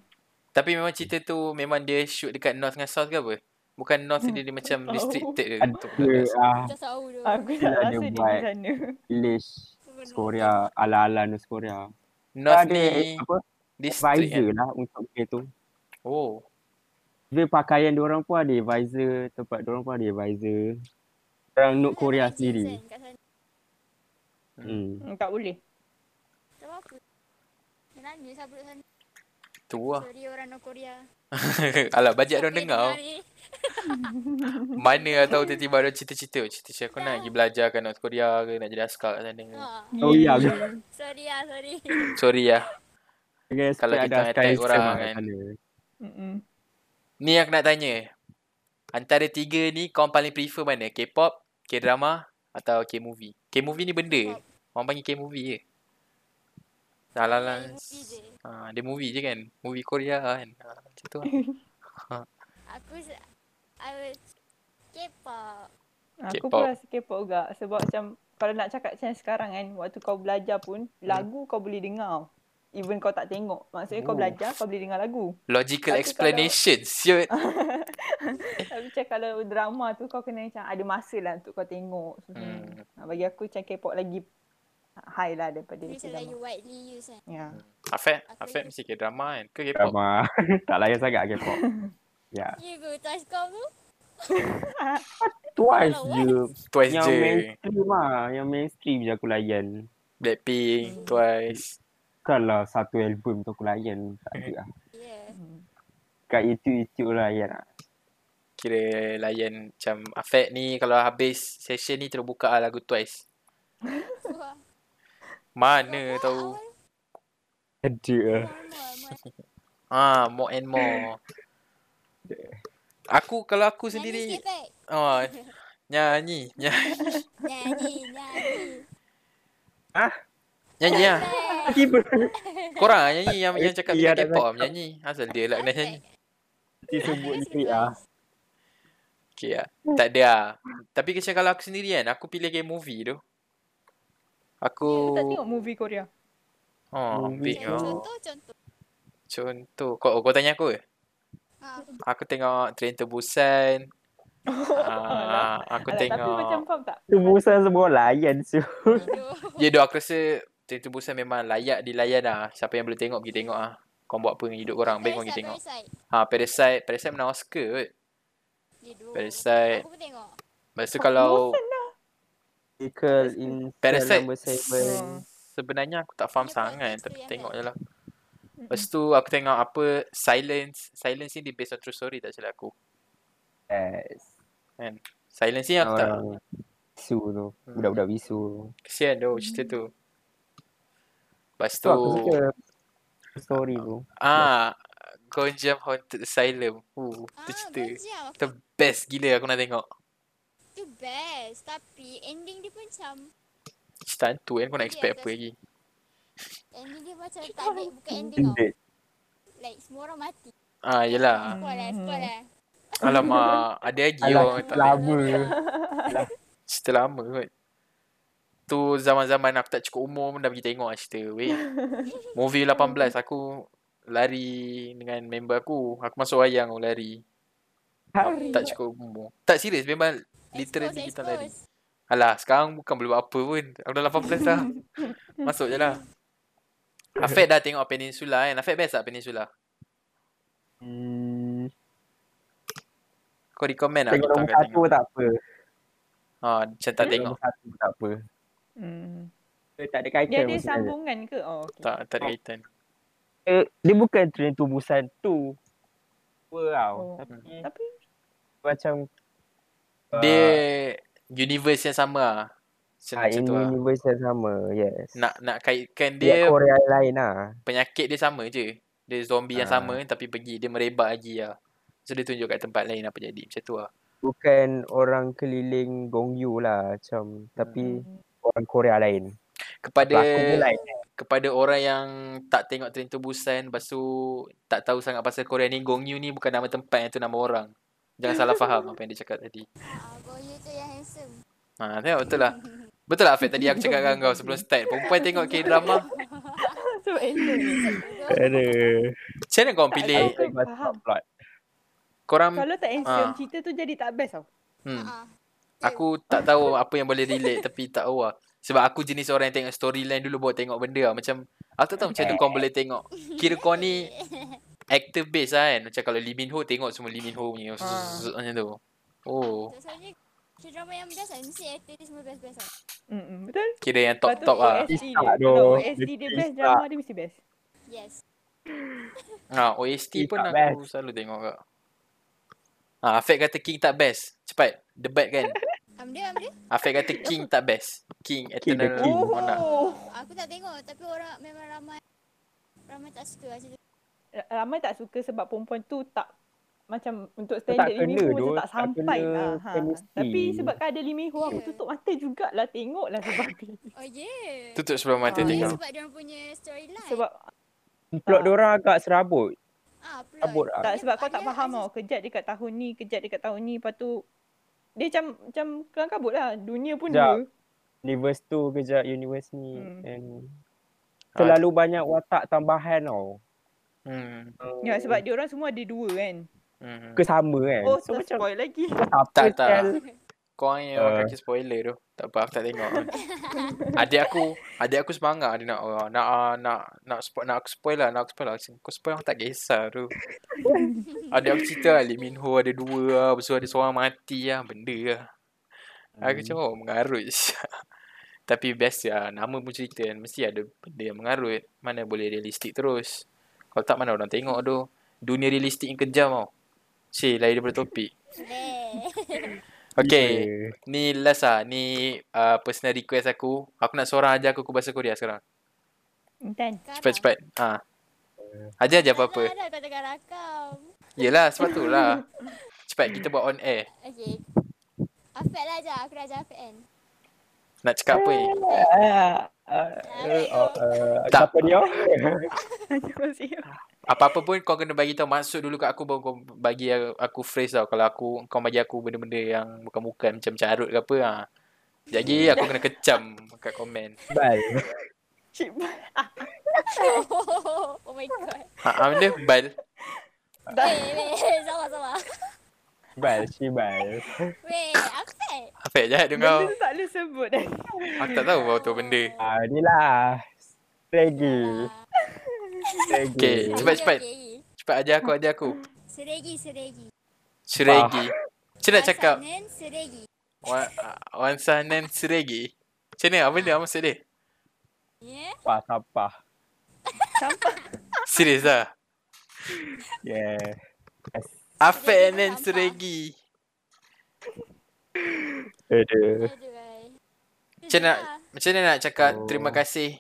Speaker 1: Tapi memang cerita tu memang dia shoot dekat North dengan South ke apa? Bukan North
Speaker 4: Hmm,
Speaker 1: dia, dia macam
Speaker 4: tahu.
Speaker 1: restricted dia.
Speaker 2: Ada
Speaker 1: untuk
Speaker 2: ke, ah,
Speaker 3: Macam sawu tu.
Speaker 4: Aku
Speaker 2: Dia
Speaker 4: tak
Speaker 2: ada
Speaker 4: rasa dia di
Speaker 2: buat.
Speaker 4: sana.
Speaker 2: village Korea, ala-ala North Korea.
Speaker 1: North
Speaker 2: Dia ada
Speaker 1: ni
Speaker 2: apa,
Speaker 1: district kan?
Speaker 2: advisor lah untuk dia tu.
Speaker 1: Oh.
Speaker 2: Dia pakaian diorang pun ada advisor, tempat diorang pun ada advisor. Orang North Korea sendiri.
Speaker 1: Hmm.
Speaker 2: Hmm.
Speaker 4: Hmm, tak boleh.
Speaker 3: Tak apa. Dia nanya sahabat sana.
Speaker 1: Tu lah.
Speaker 3: Sorry orang North Korea.
Speaker 1: Alah, bajet orang
Speaker 3: Siapa yang
Speaker 1: dengar. oh. tau.
Speaker 3: ni?
Speaker 1: Mana lah tahu tiba-tiba ada cita-cita. Cita-cita aku nak pergi belajar kat North Korea ke nak jadi askar kat sana.
Speaker 3: Ah,
Speaker 2: Oh, ya ke?
Speaker 3: Sorry lah, sorry.
Speaker 1: Sorry lah.
Speaker 2: Yes,
Speaker 1: Kalau
Speaker 2: dia
Speaker 1: kita
Speaker 2: ada
Speaker 1: attack
Speaker 2: sky
Speaker 1: orang
Speaker 2: orang
Speaker 1: kan.
Speaker 2: kan.
Speaker 4: Mm-mm.
Speaker 1: Ni aku nak tanya. Antara tiga ni kau paling prefer mana? K-pop, K-drama atau K-movie? K-movie ni benda. Orang panggil K-movie je. Dah lah lah.
Speaker 3: Main movie je.
Speaker 1: Ha, dia movie je kan. Movie Korea kan. Ha, macam tu lah.
Speaker 3: Aku se- I was K-pop.
Speaker 4: Aku
Speaker 1: K-pop.
Speaker 4: pun rasa K-pop juga sebab macam kalau nak cakap macam sekarang kan waktu kau belajar pun
Speaker 1: Hmm.
Speaker 4: lagu kau boleh dengar even kau tak tengok. Maksudnya
Speaker 1: Oh.
Speaker 4: kau belajar kau boleh dengar lagu.
Speaker 1: Logical
Speaker 4: Tapi kalau-
Speaker 1: explanation. Siut.
Speaker 4: Tapi macam kalau drama tu kau kena macam ada masa lah untuk kau tengok. So,
Speaker 1: Hmm.
Speaker 4: hmm. Bagi aku macam K-pop lagi high lah daripada
Speaker 3: Macam like
Speaker 4: drama.
Speaker 3: you widely use kan.
Speaker 4: Ya.
Speaker 1: Afek,
Speaker 3: Aku
Speaker 1: Afek
Speaker 3: ni-
Speaker 1: mesti K-drama kan. Ke K-pop?
Speaker 2: Drama. tak layan sangat K-pop. ya.
Speaker 3: You go touch oh? kau tu.
Speaker 2: Twice
Speaker 3: Kalau
Speaker 2: je.
Speaker 1: Twice
Speaker 2: Yang
Speaker 1: je.
Speaker 2: mainstream lah. Yang mainstream je aku layan.
Speaker 1: Blackpink,
Speaker 4: Hmm.
Speaker 1: Twice.
Speaker 2: Bukanlah satu album tu aku layan. Tak ada lah.
Speaker 3: Yeah.
Speaker 4: Hmm.
Speaker 2: Kat YouTube-YouTube lah layan lah.
Speaker 1: Kira layan macam Afek ni kalau habis session ni terus buka lah lagu Twice.
Speaker 3: Wah.
Speaker 1: Mana tahu.
Speaker 2: Ada lah.
Speaker 1: Ah, more and more. Aku kalau aku sendiri oh nyanyi, nyanyi,
Speaker 3: Nyanyi, nyanyi.
Speaker 1: nyanyi lah.
Speaker 3: Baik.
Speaker 2: Tiba
Speaker 1: Korang lah nyanyi yang yang cakap
Speaker 2: Ya,
Speaker 1: yeah,
Speaker 2: tak
Speaker 1: K-pop nyanyi. Asal dia lah kena nyanyi.
Speaker 2: nanti sebut lirik lah.
Speaker 1: Okay lah. Tak ada lah. Tapi macam kalau aku sendiri kan, aku pilih game movie tu. Aku...
Speaker 4: Aku Ya, tak tengok movie Korea.
Speaker 1: Oh, ambil
Speaker 2: Movie.
Speaker 3: Contoh,
Speaker 1: kau.
Speaker 3: Contoh, contoh.
Speaker 1: Contoh. Kau, kau tanya aku ke?
Speaker 3: Ha.
Speaker 1: Aku tengok Train to Busan. Ah, aku
Speaker 4: Alah,
Speaker 1: tengok.
Speaker 4: Tapi macam faham tak?
Speaker 2: Tu busa semua layan tu.
Speaker 3: Tidur.
Speaker 1: Ya doh aku rasa Train to Busan memang layak dilayan lah. Siapa yang boleh tengok pergi tengok ah. Kau buat apa dengan hidup korang? Baik kau pergi tengok.
Speaker 3: Parasite,
Speaker 1: Ha Parasite, Parasite menang Oscar kot.
Speaker 3: Parasite. Tidur.
Speaker 1: Parasite.
Speaker 3: Aku pun tengok.
Speaker 1: Lepas tu kalau
Speaker 4: Bosan lah.
Speaker 2: Miracle in
Speaker 1: Parasite.
Speaker 2: Cell number
Speaker 4: Hmm.
Speaker 1: eh,
Speaker 2: seven.
Speaker 1: sebenarnya aku tak faham
Speaker 3: Dia
Speaker 1: sangat
Speaker 3: podcast
Speaker 1: tapi
Speaker 3: tu yang
Speaker 1: tengok
Speaker 3: kan?
Speaker 1: je lah. Lepas tu aku tengok apa Silence. Silence ni dia based on true story tak silap aku.
Speaker 2: Yes.
Speaker 1: Silence ni aku tak
Speaker 2: Orang bisu tu.
Speaker 1: Hmm.
Speaker 2: Budak-budak bisu.
Speaker 1: kesian doh cerita tu. Lepas
Speaker 2: Tu
Speaker 1: tu
Speaker 2: aku suka story tu.
Speaker 1: ah Gonjam Haunted Asylum. Uh,
Speaker 3: Ah,
Speaker 1: tu cerita.
Speaker 3: Gonjam.
Speaker 1: The best gila aku nak tengok.
Speaker 3: Itu best. Tapi ending dia pun macam
Speaker 1: Cerita hantu kan kau nak
Speaker 3: Ya,
Speaker 1: expect apa
Speaker 3: betul.
Speaker 1: lagi.
Speaker 3: ending dia macam tak ada bukan ending tau.
Speaker 2: Indeed.
Speaker 3: Like semua orang mati.
Speaker 1: Ah yelah.
Speaker 3: Spoil lah, spoil lah.
Speaker 1: Alamak, ada lagi
Speaker 2: Alah,
Speaker 1: orang tak
Speaker 2: lama.
Speaker 1: cerita lama kot. Tu zaman-zaman aku tak cukup umur pun dah pergi tengok lah cerita weh. Movie 18 aku lari dengan member aku. Aku masuk wayang aku lari. Aku tak cukup umur. Tak serius memang literally
Speaker 3: Expose,
Speaker 1: kita
Speaker 3: expose.
Speaker 1: lari. Alah, sekarang bukan boleh buat apa pun. Aku dah 18 dah. Masuk je lah. Afek dah tengok Peninsula kan. Afek best tak Peninsula?
Speaker 2: Hmm,
Speaker 1: Kau recommend lah
Speaker 2: tengok
Speaker 1: kita
Speaker 2: nombor
Speaker 1: akan
Speaker 2: satu
Speaker 1: tengok.
Speaker 2: tak apa.
Speaker 1: Ha, macam tak tengok.
Speaker 2: Nombor satu tak apa.
Speaker 4: Hmm.
Speaker 2: Dia tak ada kaitan.
Speaker 4: Dia ada
Speaker 2: maksudnya.
Speaker 4: sambungan ke? Oh, okay.
Speaker 1: Tak, tak ada kaitan.
Speaker 2: Eh, dia bukan train to Busan tu. Dua tau.
Speaker 4: Oh.
Speaker 2: Tapi
Speaker 4: Tapi
Speaker 2: macam
Speaker 1: Dia universe yang sama lah. Macam,
Speaker 2: ah,
Speaker 1: macam
Speaker 2: in
Speaker 1: tu lah.
Speaker 2: universe Ya, yang sama. Yes.
Speaker 1: Nak, nak kaitkan dia,
Speaker 2: dia Korea lain lah.
Speaker 1: penyakit dia sama je. Dia zombie yang
Speaker 2: Ah.
Speaker 1: sama tapi pergi. Dia merebak lagi lah. So dia tunjuk kat tempat lain apa jadi. Macam tu lah.
Speaker 2: Bukan orang keliling Gongyu lah macam tapi
Speaker 4: Hmm.
Speaker 2: orang Korea lain.
Speaker 1: Kepada
Speaker 2: Pelakon pun lain.
Speaker 1: kepada orang yang tak tengok Train to Busan lepas tu tak tahu sangat pasal Korea ni Gongyu ni bukan nama tempat itu nama orang. Jangan salah faham apa yang dia cakap tadi.
Speaker 3: Ah, Goyu tu yang handsome.
Speaker 1: Ha tengok betul lah. Betul lah Afiq tadi aku cakap dengan kau sebelum start. Perempuan tengok K-drama.
Speaker 4: So handsome ni.
Speaker 5: Aduh.
Speaker 1: Macam mana kau pilih?
Speaker 4: Aku faham.
Speaker 2: plot.
Speaker 1: Korang
Speaker 4: Kalau tak handsome,
Speaker 1: Ah.
Speaker 4: cerita tu jadi tak best tau.
Speaker 1: hmm.
Speaker 3: Ah, ah.
Speaker 4: eh.
Speaker 1: Aku tak tahu apa yang boleh relate tapi tak tahu lah. Sebab aku jenis orang yang tengok storyline dulu baru tengok benda lah. Macam, aku tak tahu macam
Speaker 4: Eh.
Speaker 1: tu kau boleh tengok. Kira kau ni
Speaker 3: Eh,
Speaker 1: actor base lah kan. Macam kalau Lee Min Ho tengok semua Lee Min Ho punya.
Speaker 4: Ah.
Speaker 1: Macam tu. Oh,
Speaker 3: So, Sebenarnya K-drama yang best lah. Mesti actor dia semua best-best lah.
Speaker 4: Mm-mm, betul?
Speaker 1: kira yang
Speaker 4: Lepas tu
Speaker 1: top-top lah.
Speaker 4: OST dia.
Speaker 2: Isap
Speaker 4: Kalau
Speaker 2: tu.
Speaker 4: OST dia
Speaker 2: Dia
Speaker 4: best,
Speaker 2: isap.
Speaker 4: drama dia mesti best.
Speaker 3: Yes.
Speaker 1: Ha, OST
Speaker 2: King
Speaker 1: pun
Speaker 2: tak
Speaker 1: aku selalu tengok kak. Ha, Afiq kata King tak best. Cepat. Debat kan.
Speaker 3: Amde, Amde.
Speaker 1: Afiq kata King tak best. King
Speaker 2: King the
Speaker 1: Eternal
Speaker 2: King.
Speaker 1: King. Monarch.
Speaker 4: Oh.
Speaker 3: Aku tak tengok. Tapi orang memang ramai. Ramai tak suka lah cerita.
Speaker 4: Ramai tak suka sebab perempuan tu tak macam untuk
Speaker 2: Tak
Speaker 4: standard Lee Min
Speaker 2: kena
Speaker 4: Ho macam
Speaker 2: tu,
Speaker 4: tak
Speaker 2: tak
Speaker 4: sampai
Speaker 2: kena
Speaker 4: lah. Ha.
Speaker 2: chemistry.
Speaker 4: Tapi sebab kan ada Lee Min Ho aku
Speaker 3: Ya.
Speaker 4: tutup mata jugalah tengok lah sebab ni.
Speaker 3: Oh, yeah.
Speaker 1: Tutup sebelum mata
Speaker 4: Ah.
Speaker 3: Ya,
Speaker 1: tengok.
Speaker 3: sebab dia punya storyline.
Speaker 4: Sebab
Speaker 2: Plot diorang agak serabut.
Speaker 3: ah, plot.
Speaker 2: Serabut lah.
Speaker 4: tak sebab kau tak
Speaker 3: Dia-
Speaker 4: faham
Speaker 3: dia-
Speaker 4: tau kejap dekat tahun ni, kejap dekat tahun ni lepas tu dia macam macam kelang kabut lah. Dunia pun
Speaker 2: Sekejap.
Speaker 4: dua.
Speaker 2: Universe tu ke je universe ni.
Speaker 4: Hmm.
Speaker 2: And
Speaker 1: Ah,
Speaker 2: terlalu banyak watak tambahan tau.
Speaker 1: Hmm.
Speaker 4: Ya sebab dia orang semua ada dua kan.
Speaker 1: hmm.
Speaker 2: ke sama kan.
Speaker 4: Oh, so spoil lagi.
Speaker 2: apa
Speaker 1: Tak, tak.
Speaker 2: tel?
Speaker 1: Kau orang yang
Speaker 2: Ah.
Speaker 1: orang kaki spoiler tu. Tak apa, aku tak tengok. adik aku, adik aku semangat dia nak orang nak ah, nak nak spoil nak aku spoil lah, nak aku spoil lah. Macam, Kau spoil aku tak kisah tu. adik aku cerita lah, Lee Min Ho ada dua lah, lepas tu ada seorang mati lah, benda lah. Aku
Speaker 2: Hmm.
Speaker 1: macam oh, mengarut. Tapi biasa lah, nama pun cerita kan, mesti ada benda yang mengarut. Mana boleh realistik terus. Kalau tak mana orang tengok tu. Dunia realistik yang kejam tau. Cik, lain daripada topik.
Speaker 3: Leh.
Speaker 1: Okay. Ni last lah. Ni uh, personal request aku. Aku nak seorang ajar aku, aku bahasa Korea sekarang.
Speaker 4: Intan.
Speaker 1: Cepat-cepat. Ha. Ajar je apa-apa.
Speaker 3: Alah, kau tengah rakam.
Speaker 1: Yelah, sebab tu lah. Cepat, kita buat on air.
Speaker 3: Okay. Afek lah ajar. Aku dah ajar Afek kan.
Speaker 1: Nak cakap apa ni?
Speaker 2: Ah, ah,
Speaker 3: Eh,
Speaker 4: oh.
Speaker 2: ah, ah,
Speaker 1: Tak.
Speaker 2: Siapa ni? oh?
Speaker 1: Apa-apa pun kau kena bagi tahu maksud dulu kat aku baru kau bagi aku phrase tau. Kalau aku kau bagi aku benda-benda yang bukan-bukan macam carut ke apa. Ha. Jadi aku kena kecam kat komen.
Speaker 2: Bye.
Speaker 4: Cik Bal.
Speaker 3: oh my god.
Speaker 1: Ha, ha benda bal.
Speaker 4: Dah.
Speaker 3: Weh, weh. Salah, salah.
Speaker 2: Bye. She bye.
Speaker 3: Weh, Afek.
Speaker 1: Apa jahat tu
Speaker 4: Benda
Speaker 1: kau?
Speaker 4: tu tak boleh sebut dah.
Speaker 1: Aku tak tahu kau tu benda.
Speaker 2: Ah, ni lah. Seregi. Seregi.
Speaker 1: Okay, cepat cepat.
Speaker 3: Okay.
Speaker 1: Cepat ajar aku, ajar aku.
Speaker 3: Seregi, seregi.
Speaker 1: Seregi. Macam nak cakap
Speaker 3: Pasangan seregi.
Speaker 1: Wan, wan Sanan Siregi. Macam mana? Apa dia? Apa maksud dia?
Speaker 3: Ya? Yeah?
Speaker 2: Sampah, sampah.
Speaker 1: Serius lah.
Speaker 2: Yeah.
Speaker 1: Afek
Speaker 3: Siregi
Speaker 1: Anan
Speaker 3: sampah.
Speaker 1: Siregi.
Speaker 4: Eh.
Speaker 2: Aduh.
Speaker 3: Aduh, ai.
Speaker 1: Macam nak,
Speaker 3: lah.
Speaker 1: macam mana nak cakap
Speaker 2: Oh.
Speaker 1: terima kasih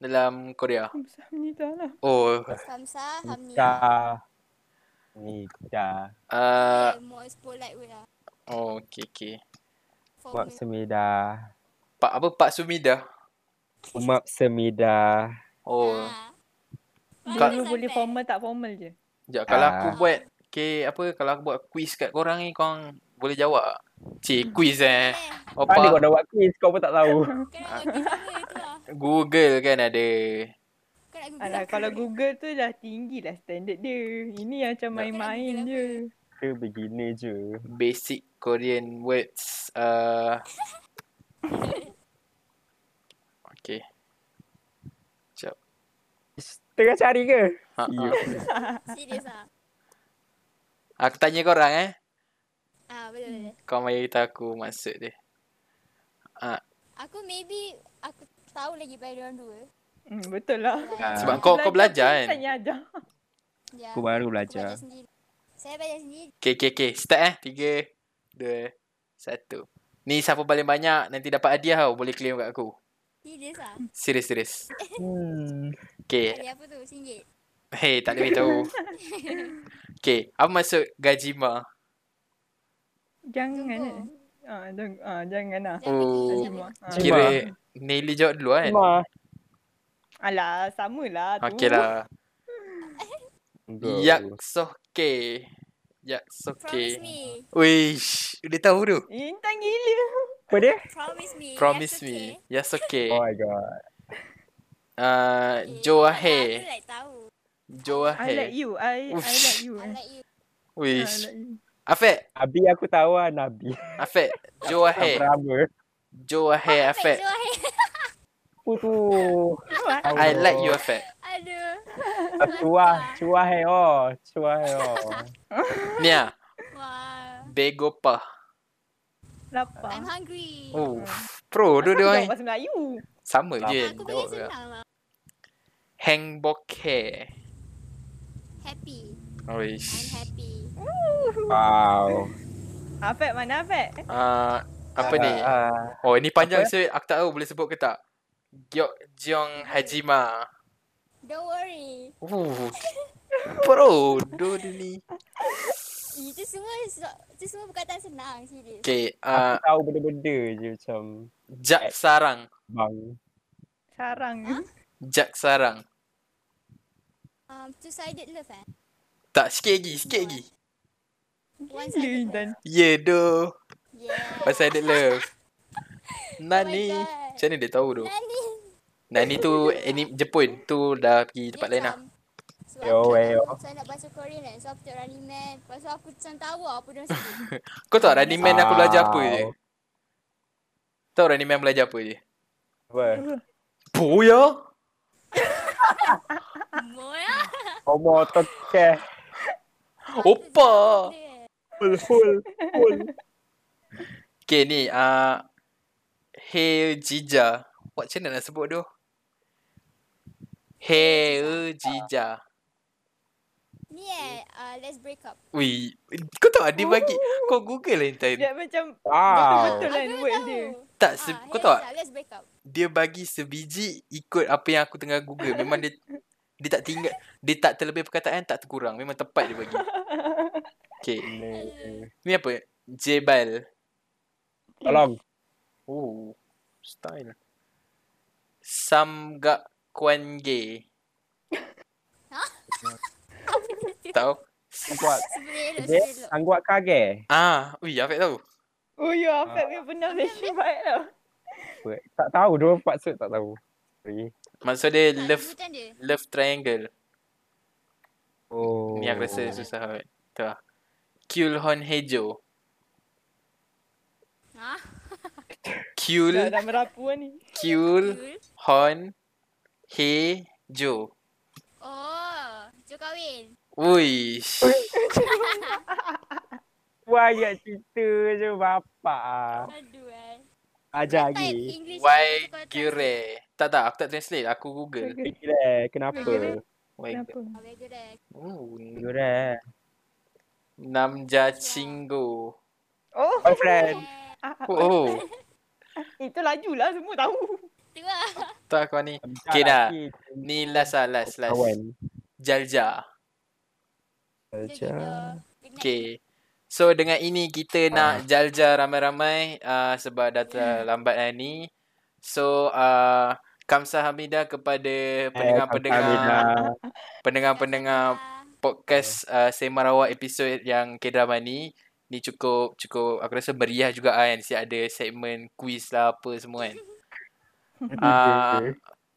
Speaker 1: dalam Korea?
Speaker 4: Alhamdulillah lah.
Speaker 1: Oh,
Speaker 3: Kamsa, Hamni.
Speaker 2: Nikah. Nikah.
Speaker 1: uh,
Speaker 3: More Eh, spotlight way lah.
Speaker 1: oh, okay, okay.
Speaker 3: For
Speaker 2: Mak
Speaker 3: me.
Speaker 2: semida.
Speaker 1: Pak apa Pak Sumida?
Speaker 2: Mak semida.
Speaker 1: Oh,
Speaker 3: Ah.
Speaker 1: Kak-
Speaker 4: Dulu boleh formal tak formal je.
Speaker 1: sekejap. Kalau aku
Speaker 2: Ah.
Speaker 1: buat, okay, apa, kalau aku buat quiz kat korang ni, korang boleh jawab tak? Cik, quiz eh.
Speaker 2: Mana kau
Speaker 1: Apa,
Speaker 2: dah Ah, buat quiz kau pun tak tahu.
Speaker 3: Kau nak pergi sama itu lah.
Speaker 1: Google kan ada.
Speaker 3: Kau nak google
Speaker 4: Alah,
Speaker 3: apa?
Speaker 4: kalau Google tu dah tinggi lah standard dia. Ini yang macam main-main je.
Speaker 2: Ke begini je.
Speaker 1: Basic Korean words. Uh, okay.
Speaker 2: Tengah cari ke?
Speaker 1: Ha,
Speaker 2: Ya.
Speaker 1: ha.
Speaker 3: Serius lah.
Speaker 1: Aku tanya korang eh.
Speaker 3: Ah, boleh, boleh.
Speaker 1: Kau bagi tahu aku maksud dia.
Speaker 3: Aku maybe aku tahu lagi by orang dua.
Speaker 4: Hmm, betul lah.
Speaker 2: Ah.
Speaker 1: Sebab kau kau belajar
Speaker 4: tu
Speaker 1: kan.
Speaker 4: Tanya ajar.
Speaker 3: Ya.
Speaker 2: Aku baru
Speaker 3: aku baca
Speaker 2: belajar.
Speaker 3: sendiri. Saya baca sendiri.
Speaker 1: Okay, okay, okay. Start eh. Tiga, dua, satu. Ni siapa paling banyak nanti dapat hadiah tau. Boleh claim kat aku.
Speaker 3: Serius lah.
Speaker 1: Serius, serius.
Speaker 2: Hmm.
Speaker 1: Okay.
Speaker 3: Ada apa tu? Singgit.
Speaker 1: Hei, tak boleh tahu. Okay. Apa maksud gajima?
Speaker 4: Jangan
Speaker 3: Tunggu.
Speaker 4: lah. Ah, jang, ah, jangan lah.
Speaker 3: Jangan pergi.
Speaker 1: Oh.
Speaker 3: Jangan pergi.
Speaker 4: Ah.
Speaker 1: Kira Nelly jawab dulu kan?
Speaker 2: Ma.
Speaker 4: Alah, samalah tu.
Speaker 1: eh. Okey lah.
Speaker 2: Go.
Speaker 1: Yak soke. Yak
Speaker 5: Promise
Speaker 1: soke.
Speaker 5: me.
Speaker 1: Wish, dia tahu tu.
Speaker 4: Intan gila.
Speaker 2: Apa dia?
Speaker 5: Promise me.
Speaker 1: Promise
Speaker 5: That's
Speaker 1: me.
Speaker 5: okay.
Speaker 1: Yes okay.
Speaker 2: Oh my god.
Speaker 1: Uh,
Speaker 5: Okay.
Speaker 1: Joahe.
Speaker 5: Aku like tahu.
Speaker 4: I like
Speaker 1: Joahe.
Speaker 4: you. I
Speaker 1: Uff.
Speaker 4: I like you.
Speaker 5: I
Speaker 4: Ah, I
Speaker 5: like you.
Speaker 1: Wish.
Speaker 4: like you.
Speaker 1: Afek.
Speaker 2: Abi aku tahu lah Nabi.
Speaker 1: Afek.
Speaker 2: Eh.
Speaker 1: Joahe.
Speaker 2: Berapa?
Speaker 1: Joahe Afek.
Speaker 5: Joahe.
Speaker 2: Aku tu.
Speaker 1: I like you Afek.
Speaker 5: Aduh.
Speaker 2: Cuah, cuah hai oh. Cuah hai oh.
Speaker 1: Nia.
Speaker 5: Wow.
Speaker 1: Begopa.
Speaker 5: I'm
Speaker 4: Lapar.
Speaker 5: hungry.
Speaker 1: Oh. Pro tu dia
Speaker 4: Kau
Speaker 1: orang.
Speaker 4: Bahasa Melayu.
Speaker 1: Sama je.
Speaker 5: Aku boleh
Speaker 1: jawab juga.
Speaker 5: senang lah.
Speaker 1: Hang bokeh.
Speaker 5: Happy. I'm
Speaker 1: Wish.
Speaker 5: happy.
Speaker 2: Wow.
Speaker 4: Afek mana Afek?
Speaker 1: Uh, apa
Speaker 2: Ah,
Speaker 1: ni?
Speaker 2: ah.
Speaker 1: Oh ini panjang
Speaker 2: Apa?
Speaker 1: sikit. Aku tak tahu boleh sebut ke tak. Gyok Jong Hajima.
Speaker 5: Don't worry.
Speaker 1: Uh. Pro tu dia ni.
Speaker 5: Itu semua itu semua perkataan senang serius.
Speaker 1: Okay.
Speaker 2: Aku
Speaker 1: Uh,
Speaker 2: tahu benda-benda je macam
Speaker 1: Jak Sarang.
Speaker 2: bang.
Speaker 4: Sarang.
Speaker 5: Ha?
Speaker 1: Jak Sarang.
Speaker 5: Um, two-sided love eh.
Speaker 1: Tak, sikit lagi. Sikit lagi. Ya,
Speaker 4: Gila
Speaker 5: One-sided love.
Speaker 4: Intan.
Speaker 1: Yeah doh.
Speaker 5: Yeah.
Speaker 1: Pasal ada love. Nani.
Speaker 5: Oh my God.
Speaker 1: Macam mana dia tahu tu?
Speaker 5: Nani.
Speaker 1: Nani tu anime Jepun. Tu dah pergi tempat lain lah.
Speaker 5: Sebab
Speaker 2: Yo,
Speaker 5: aku-
Speaker 2: yo.
Speaker 5: Saya nak baca Korean kan. So aku tengok Running Man. Lepas tu aku macam tahu lah apa dia orang sebut.
Speaker 1: Kau tahu Running Man aku belajar apa
Speaker 2: Wow.
Speaker 1: je? Tahu Running Man belajar apa je?
Speaker 2: Apa?
Speaker 1: Boya.
Speaker 5: Moya.
Speaker 4: ah.
Speaker 2: Homo tokeh.
Speaker 1: Opa.
Speaker 2: Full, full, full.
Speaker 1: Okay ni. Uh, Heo Jija. What macam mana nak sebut tu? Heo Jija.
Speaker 5: Ni eh. Uh, let's break up.
Speaker 1: Ui. Kau tahu dia bagi. Kau google lah Intan.
Speaker 4: Dia macam
Speaker 2: Wow.
Speaker 4: betul kan
Speaker 5: Ah, Aku
Speaker 4: word
Speaker 5: tahu.
Speaker 4: dia.
Speaker 1: Tak, se-
Speaker 5: Ya. Ah,
Speaker 1: kau
Speaker 5: hey,
Speaker 1: tahu tak?
Speaker 5: Zah, Let's break up.
Speaker 1: dia bagi sebiji ikut apa yang aku tengah google. Memang dia dia tak tinggal dia tak terlebih perkataan tak terkurang. Memang tepat dia bagi. Okay. Ni apa? Jebal.
Speaker 2: Tolong.
Speaker 1: Oh. Style. Samga Kwan Ge. Tahu?
Speaker 2: Angguat.
Speaker 5: Sebelum elok,
Speaker 2: Dia
Speaker 5: sebelum elok.
Speaker 2: angguat kage.
Speaker 1: Ah, ui Afiq tahu.
Speaker 4: Oh ya, Afek punya pronunciation baik tau.
Speaker 2: Apa? Tak tahu dua maksud tak tahu. Sorry.
Speaker 1: Maksud dia
Speaker 5: Ah,
Speaker 1: love
Speaker 5: sebutan dia.
Speaker 1: love triangle.
Speaker 2: Oh.
Speaker 1: Ni aku rasa susah sangat. Tu lah. Kyulhon Hejo.
Speaker 5: Ha?
Speaker 4: Dah,
Speaker 1: Kyul
Speaker 4: dah merapu kan ni.
Speaker 1: Kyul
Speaker 5: Yul.
Speaker 1: Hon He Jo.
Speaker 5: Oh, Jo kahwin.
Speaker 1: Ui.
Speaker 2: Wah, ya cerita je bapak.
Speaker 5: Aduh eh.
Speaker 2: Ajar
Speaker 5: Type
Speaker 2: lagi.
Speaker 5: English
Speaker 1: Why
Speaker 5: apa tu kalau tak-
Speaker 1: Gure. Tak tak, aku tak translate. Aku Google.
Speaker 2: Gila, kenapa?
Speaker 1: Why
Speaker 4: Kenapa?
Speaker 5: Ah, why Gure?
Speaker 1: Oh.
Speaker 2: Gila.
Speaker 1: Namja Chingo.
Speaker 4: Oh,
Speaker 2: Boyfriend.
Speaker 5: Eh,
Speaker 4: ah, ah,
Speaker 1: Oh.
Speaker 4: itu laju lah semua tahu.
Speaker 5: Tengok lah.
Speaker 1: Tak kau ni. Okay dah. Ni last lah, last, last.
Speaker 2: Kawan.
Speaker 1: Jalja.
Speaker 2: ừ,
Speaker 5: Macam
Speaker 1: Okay. So dengan ini kita nak jalja ramai-ramai uh, sebab dah terlambat hari ni. So uh, Kamsahamnida
Speaker 2: Eh,
Speaker 1: kepada pendengar-pendengar pendengar-pendengar podcast uh, Sema Rawak episod yang K-drama ni ni cukup cukup aku rasa meriah juga ah, kan si ada segmen quiz lah apa semua kan. Ah,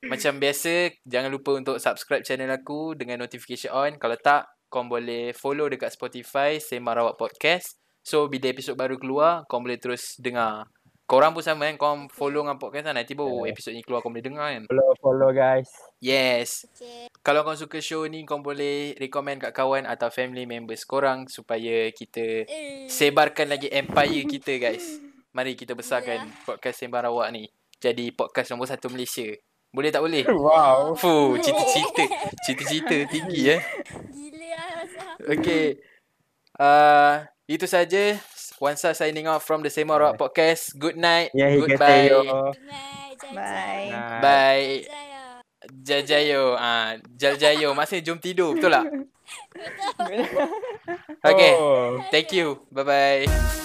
Speaker 1: macam biasa jangan lupa untuk subscribe channel aku dengan notification on. Kalau tak kau boleh follow dekat Spotify Sema Rawak Podcast. So bila episod baru keluar kau boleh terus dengar. Korang pun sama kan kau follow dengan podcast kan nanti baru
Speaker 2: Yeah.
Speaker 1: episod ni keluar kau boleh dengar kan.
Speaker 2: Follow, follow guys.
Speaker 1: Yes.
Speaker 5: Okay.
Speaker 1: Kalau kau suka show ni kau boleh recommend kat kawan atau family members korang supaya kita
Speaker 5: Eh.
Speaker 1: sebarkan lagi empire kita guys. Mari kita besarkan podcast Sembang Rawak ni. Jadi podcast nombor satu Malaysia. Boleh tak boleh?
Speaker 2: Wow.
Speaker 1: Fuh, cita-cita. Cita-cita tinggi eh.
Speaker 5: Gila lah Zah.
Speaker 1: Okay. Uh, itu saja. Wansa signing off from the Sembang Rawak Podcast. Good night.
Speaker 2: Ya,
Speaker 1: Goodbye.
Speaker 2: higateyo.
Speaker 5: Good night. Jai
Speaker 4: Bye.
Speaker 5: Jai.
Speaker 1: Bye.
Speaker 5: Jaya.
Speaker 1: Jajayo. Ah, Jajayo. Masih jom tidur. Betul tak? Okay.
Speaker 2: Oh.
Speaker 1: Thank you. Bye-bye.